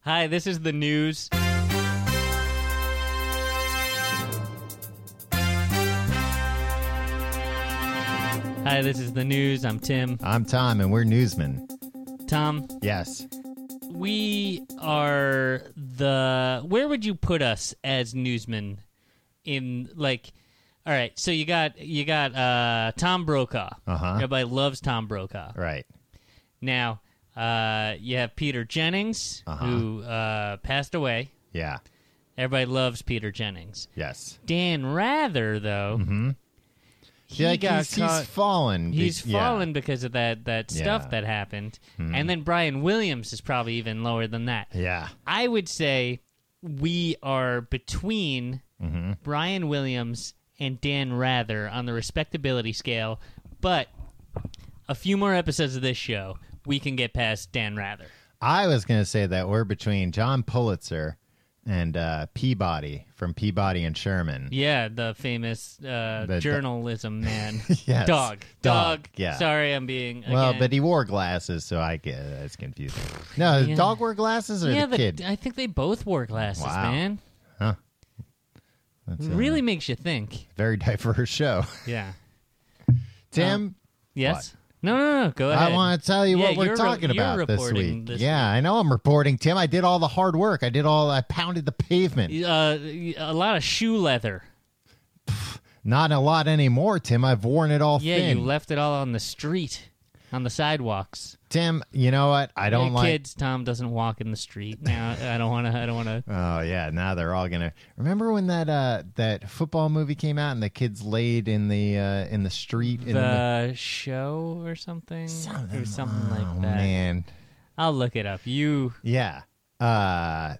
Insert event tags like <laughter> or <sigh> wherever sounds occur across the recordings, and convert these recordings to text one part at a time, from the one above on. Hi, this is the news. Hi, this is the news. I'm Tim. I'm Tom, and we're newsmen. Tom, Yes. we are the. Where would you put us as newsmen? In like, all right. So you got you got uh, Tom Brokaw. Uh-huh. Everybody loves Tom Brokaw. Right. Now uh, you have Peter Jennings, who uh, passed away. Yeah. Everybody loves Peter Jennings. Yes. Dan Rather, though, Mm-hmm. he yeah, like got he's, caught. he's fallen. be- He's yeah. fallen because of that that stuff Yeah. Mm-hmm. that happened, and then Brian Williams is probably even lower than that. Yeah. I would say we are between Mm-hmm. Brian Williams and Dan Rather on the respectability scale, but a few more episodes of this show, we can get past Dan Rather. I was going to say that we're between John Pulitzer and uh, Peabody from Peabody and Sherman. Yeah, the famous uh, The do- journalism man. <laughs> Yes. Dog. Dog, yeah. Sorry, I'm being. Well, again- but he wore glasses, so I get uh, that's confusing. No, the Yeah. dog wore glasses or yeah, the kid? I think they both wore glasses, Wow. man. Huh. That's uh, a Really makes you think. very diverse show. Yeah. <laughs> Tim, Yes. No, no, no. Go ahead. I want to tell you Yeah, what you're we're re- talking you're about this reporting week. this yeah, I know I'm reporting, Tim. I did all the hard work. I did all. I pounded the pavement. Uh, a lot of shoe leather. Not a lot anymore, Tim. I've worn it all Yeah, thin. you left it all on the street, on the sidewalks. Tim, you know what? I don't Hey, like. kids. Tom doesn't walk in the street now. I don't want to. I don't want to. Oh yeah, now they're all gonna remember when that uh that football movie came out and the kids laid in the uh in the street in the The show or something, or something oh like that. man I'll look it up. You yeah uh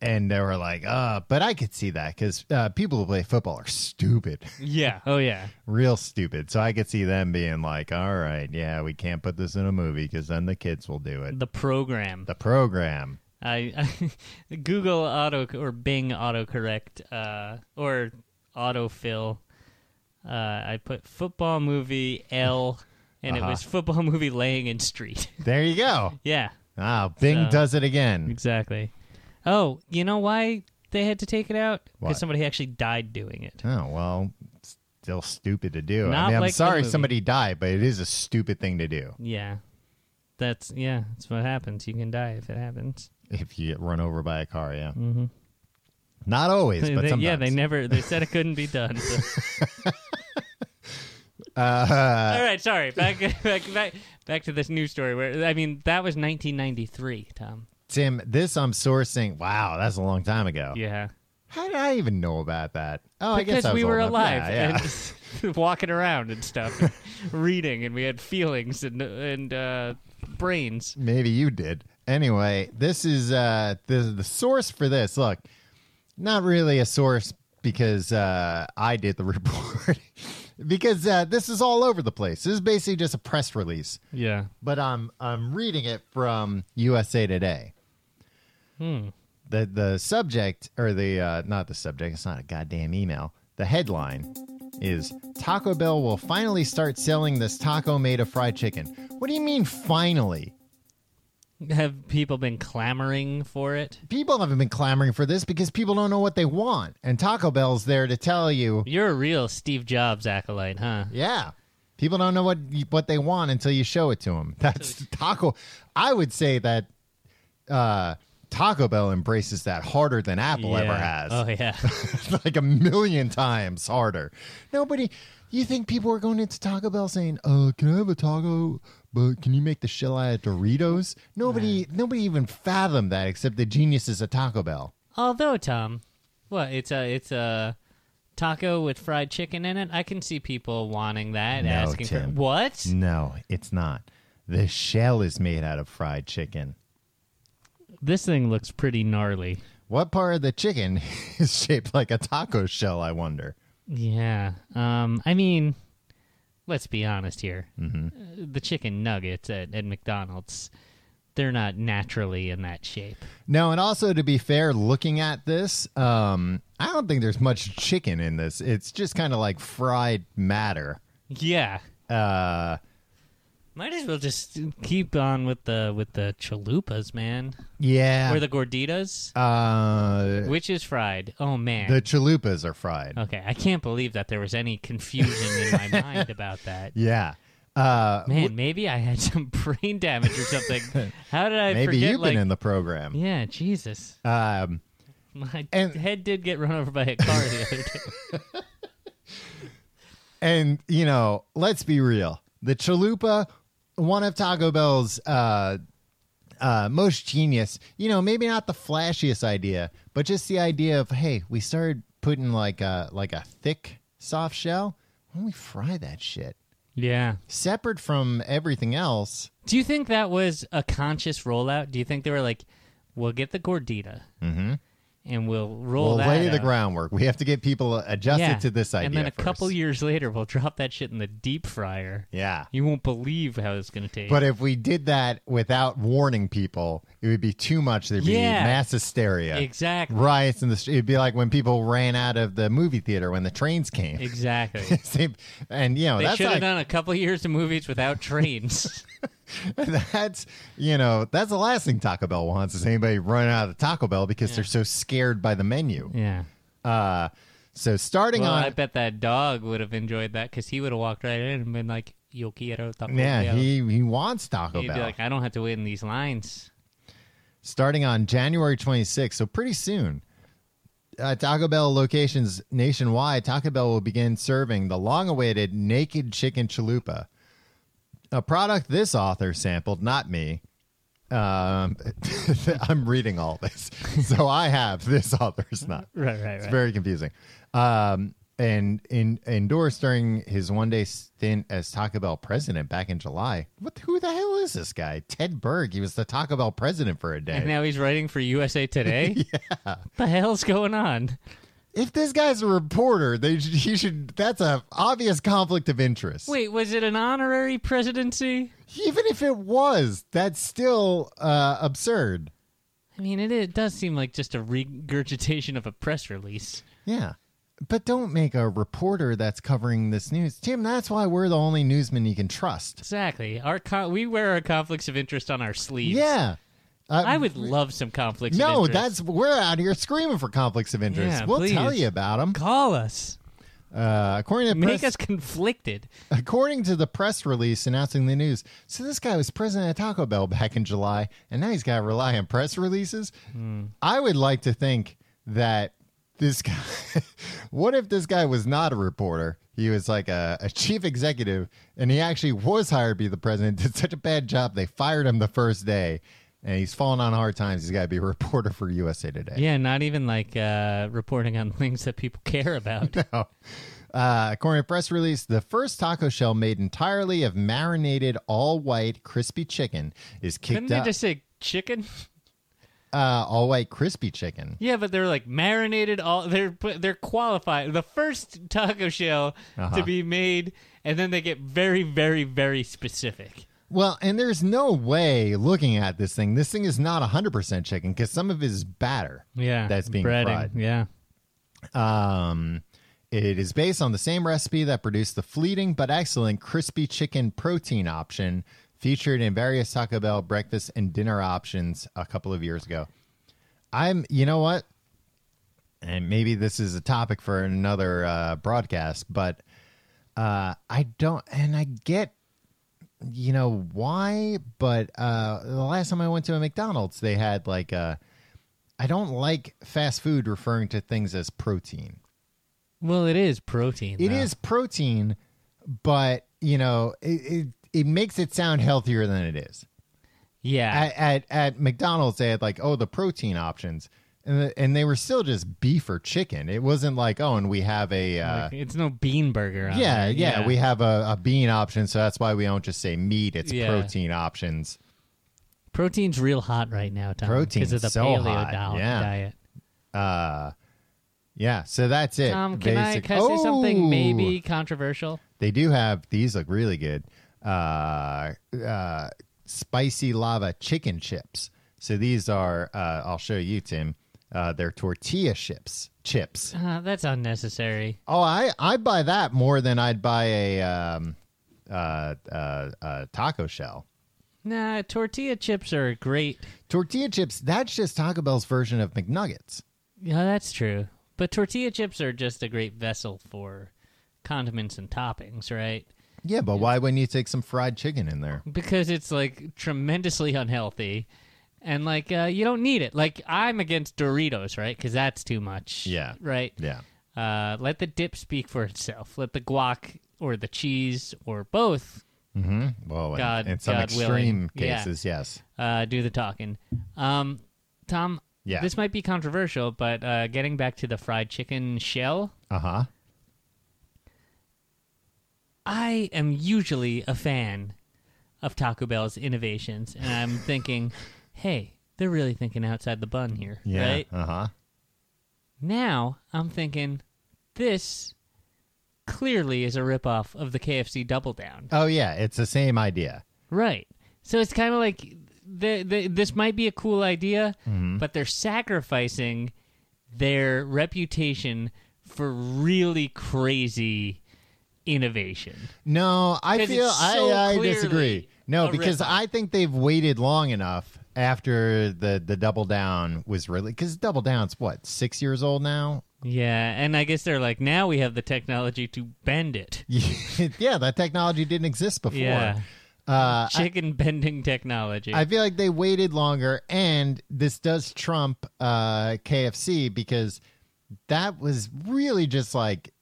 and they were like uh but I could see that because uh, people who play football are stupid <laughs> Yeah. Oh yeah. real stupid so I could see them being like all right yeah we can't put this in a movie because then the kids will do it The program. the program I, <laughs> I Google auto or Bing autocorrect uh, or autofill. Uh, I put football movie L, and it Uh-huh. was football movie laying in street. <laughs> there you go yeah. ah Bing So- does it again Exactly. Oh, you know why they had to take it out? What? Because somebody actually died doing it. Oh well, it's still stupid to do. Not I mean, I'm like the sorry movie. somebody died, but it is a stupid thing to do. Yeah. That's yeah. That's what happens. You can die if it happens. If you get run over by a car, yeah. Mm-hmm. Not always, but They- sometimes. yeah, they never. They said it couldn't <laughs> be done. so- Uh-huh. All right, sorry. Back, <laughs> back, back, back to this news story. Where I mean, that was 1993, Tom. Tim, this I'm sourcing. Wow, that's a long time ago. Yeah, How did I even know about that? Oh, I because guess I was we old were enough. alive Yeah, yeah. <laughs> and <laughs> walking around and stuff, and reading, and we had feelings and and uh, brains. Maybe you did. Anyway, this is uh this is the source for this. Look, not really a source because uh I did the <laughs> report. because uh this is all over the place. This is basically just a press release, Yeah, but I'm I'm reading it from USA Today. Hmm. The the subject or the uh not the subject, it's not a goddamn email. The headline is Taco Bell will finally start selling this taco made of fried chicken. What do you mean finally? have people been clamoring for it? people haven't been clamoring for this because people don't know what they want. And Taco Bell's there to tell you, You're a real Steve Jobs acolyte, huh? yeah, people don't know what what they want until you show it to them. That's <laughs> Taco. I would say that uh, Taco Bell embraces that harder than Apple ever Yeah. has. Oh yeah. <laughs> like a million times harder. Nobody, you think people are going into Taco Bell saying, "Uh, can I have a taco? But can you make the shell out of Doritos?" Nobody, nobody even fathomed that except the geniuses at Taco Bell. Although Tom, what it's a it's a taco with fried chicken in it. I can see people wanting that, No, asking for Tim. what? No, it's not. The shell is made out of fried chicken. This thing looks pretty gnarly. What part of the chicken <laughs> is shaped like a taco shell, I wonder? Yeah. Um. I mean, let's be honest here. Uh, the chicken nuggets at, at McDonald's, they're not naturally in that shape. No, and also to be fair, looking at this, um, I don't think there's much chicken in this. It's just kind of like fried matter. Yeah. Uh, Might as well just keep on with the with the chalupas, man, Yeah. or the gorditas, uh, which is fried. Oh man. the chalupas are fried. okay, I can't believe that there was any confusion in <laughs> my mind about that. Yeah. Uh, Man, maybe I had some <laughs> brain damage or <laughs> something. How did I maybe forget? you've been like, in the program. yeah, Jesus, Um, my And- head did get run over by a car the other <laughs> day. and you know, let's be real. The chalupa, one of Taco Bell's uh, uh, most genius. You know, maybe not the flashiest idea, but just the idea of hey, we started putting like a like a thick soft shell. Why don't we fry that shit Yeah. separate from everything else? Do you think that was a conscious rollout? Do you think they were like, "We'll get the gordita, and we'll roll Mm-hmm. We'll that lay the out. groundwork. We have to get people adjusted Yeah. to this idea. And then a first. couple years later, we'll drop that shit in the deep fryer. yeah. You won't believe how it's going to taste. But if we did that without warning people, it would be too much. There'd be Yeah. mass hysteria. exactly. riots in the street. It'd be like when people ran out of the movie theater when the trains came. <laughs> Exactly. Same- and you know they that's should have like, done a couple years of movies without trains. <laughs> that's you know that's the last thing Taco Bell wants is anybody running out of Taco Bell because they're so scared by the menu. <laughs> yeah. Uh, so starting Well, on, I bet that dog would have enjoyed that because he would have walked right in and been like, "Yo quiero taco yeah, Bell." he he wants Taco uh, He'd be Bell. like, "I don't have to wait in these lines." starting on January 26th, so pretty soon. Uh, Taco Bell locations nationwide, Taco Bell will begin serving the long awaited naked chicken chalupa, a product this author sampled, not me. Um, <laughs> I'm reading all this, so I have this author's not. Right, right, It's very confusing. Um, and in, endorsed during his one day stint as Taco Bell president back in July. What? Who the hell is this guy? Ted Berg. He was the Taco Bell president for a day. And now he's writing for USA Today. <laughs> yeah. What the hell's going on? if this guy's a reporter, they should, he should. That's a obvious conflict of interest. Wait, was it an honorary presidency? Even if it was, that's still uh, absurd. I mean, it, it does seem like just a regurgitation of a press release. Yeah. But don't make a reporter that's covering this news. Tim, that's why we're the only newsman you can trust. Exactly. Our co we wear our conflicts of interest on our sleeves. Yeah. Uh, I would love some conflicts. of No, interest. that's we're out here screaming for conflicts of interest. Yeah, we'll please. tell you about them. call us. Uh, according to Make press, us conflicted. according to the press release announcing the news, so this guy was president of Taco Bell back in July, and now he's got to rely on press releases. Hmm. I would like to think that this guy. <laughs> what if this guy was not a reporter? He was like a, a chief executive, and he actually was hired to be the president. Did such a bad job, they fired him the first day, and he's fallen on hard times. He's got to be a reporter for USA Today. Yeah, not even like uh, reporting on <laughs> things that people care <laughs> about. Uh, according to press release, the first taco shell made entirely of marinated all white crispy chicken is Couldn't kicked they out. just say chicken? uh, all white crispy chicken. Yeah, but they're like marinated. All they're put- they're qualified. The first taco shell Uh-huh. to be made, and then they get very, very, very specific. Well, and there's no way looking at this thing. This thing is not 100% chicken because some of it is batter. Yeah, That's being breading. fried. Yeah, Um, it is based on the same recipe that produced the fleeting but excellent crispy chicken protein option featured in various Taco Bell breakfast and dinner options a couple of years ago. I'm, you know what? And maybe this is a topic for another uh, broadcast, but uh, I don't, and I get, you know, why, but uh, the last time I went to a McDonald's, they had like a, I don't like fast food referring to things as protein. Well, it is protein. It is protein, but you know, it, it it makes it sound healthier than it is. Yeah. At at, at McDonald's, they had like oh the protein options, and the, and they were still just beef or chicken. It wasn't like oh and we have a. Uh, Like, it's no bean burger. On yeah, there. yeah, we have a, a bean option, so that's why we don't just say meat. It's Yeah. protein options. protein's real hot right now, Tom. Protein's because of the so paleo hot, diet. yeah. diet. Yeah, so that's it. Tom, can I, Basic- can I say Oh! something maybe controversial? They do have these look really good. Uh, uh, spicy lava chicken chips. So these are uh, I'll show you, Tim. Uh, they're tortilla chips. Chips. Uh, that's Uh-huh, unnecessary. Oh, I I buy that more than I'd buy a um, uh, uh, uh, taco shell. Nah, tortilla chips are great. Tortilla chips, that's just Taco Bell's version of McNuggets. Yeah, that's true. But tortilla chips are just a great vessel for condiments and toppings, right? Yeah, but why wouldn't you take some fried chicken in there? Because it's like tremendously unhealthy, and like uh, you don't need it. Like I'm against Doritos, right? Because that's too much. Yeah. Right. Yeah. Uh, let the dip speak for itself. Let the guac or the cheese or both Mm-hmm. Well, in- God- in, some God extreme willing. Yeah. cases, yes. uh, do the talking. Um, Tom, Yeah. this might be controversial, but uh, getting back to the fried chicken shell, Uh huh. I am usually a fan of Taco Bell's innovations, and <laughs> I'm thinking, hey, they're really thinking outside the bun here, Yeah. right? Uh huh. Now I'm thinking, this clearly is a ripoff of the KFC Double Down, Oh yeah, it's the same idea. right? So it's kind of like the, the, this might be a cool idea, but they're sacrificing their reputation for really crazy innovation. No, I 'Cause feel it's so I, I clearly disagree. No, a because ripoff. I think they've waited long enough after the the double down was really because double down's what six years old now. <laughs> Yeah, and I guess they're like, now we have the technology to bend it. yeah, that technology didn't exist before. Yeah. Uh, Chicken bending technology. I feel like they waited longer, and this does trump uh, KFC because that was really just like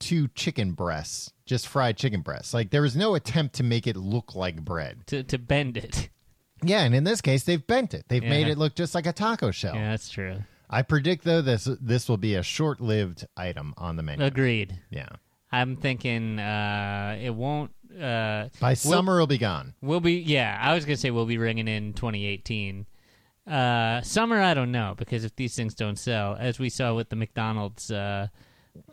two chicken breasts, just fried chicken breasts. Like there was no attempt to make it look like bread. to, to bend it. Yeah, and in this case, they've bent it. They've made Yeah. it look just like a taco shell. Yeah, that's true. I predict though this this will be a short lived item on the Uh, menu. Agreed. Yeah, I'm thinking uh, it won't. Uh, by summer it'll be gone. we'll be. Yeah, I was gonna say we'll be ringing in 2018. Uh, summer, I don't know because if these things don't sell, as we saw with the McDonald's uh,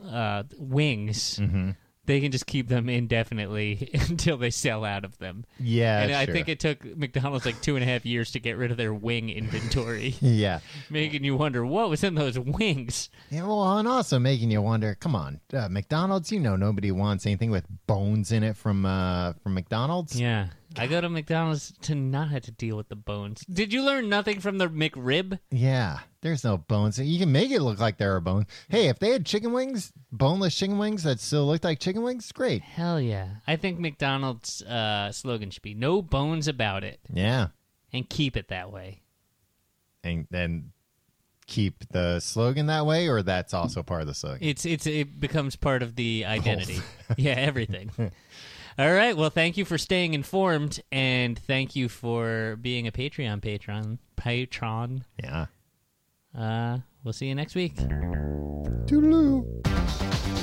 uh, wings, Mm-hmm. they can just keep them indefinitely <laughs> until they sell out of them. Yeah, and I sure. think it took McDonald's like two and a half years to get rid of their wing inventory, <laughs> yeah. making you wonder what was in those wings. Yeah, well, and also making you wonder. Come on, uh, McDonald's. You know, nobody wants anything with bones in it from uh, from McDonald's. Yeah, I go to McDonald's to not have to deal with the bones. Did you learn nothing from the McRib? Yeah, there's no bones. You can make it look like there are bones. Hey, if they had chicken wings, boneless chicken wings that still looked like chicken wings, great. Hell yeah! I think McDonald's uh, slogan should be "No bones about it" Yeah, and keep it that way. and then keep the slogan that way, or that's also part of the slogan. It's it's it becomes part of the identity. yeah, everything. All right. Well, thank you for staying informed, and thank you for being a Patreon patron. Patron. Yeah. Uh, we'll see you next week. Toodaloo.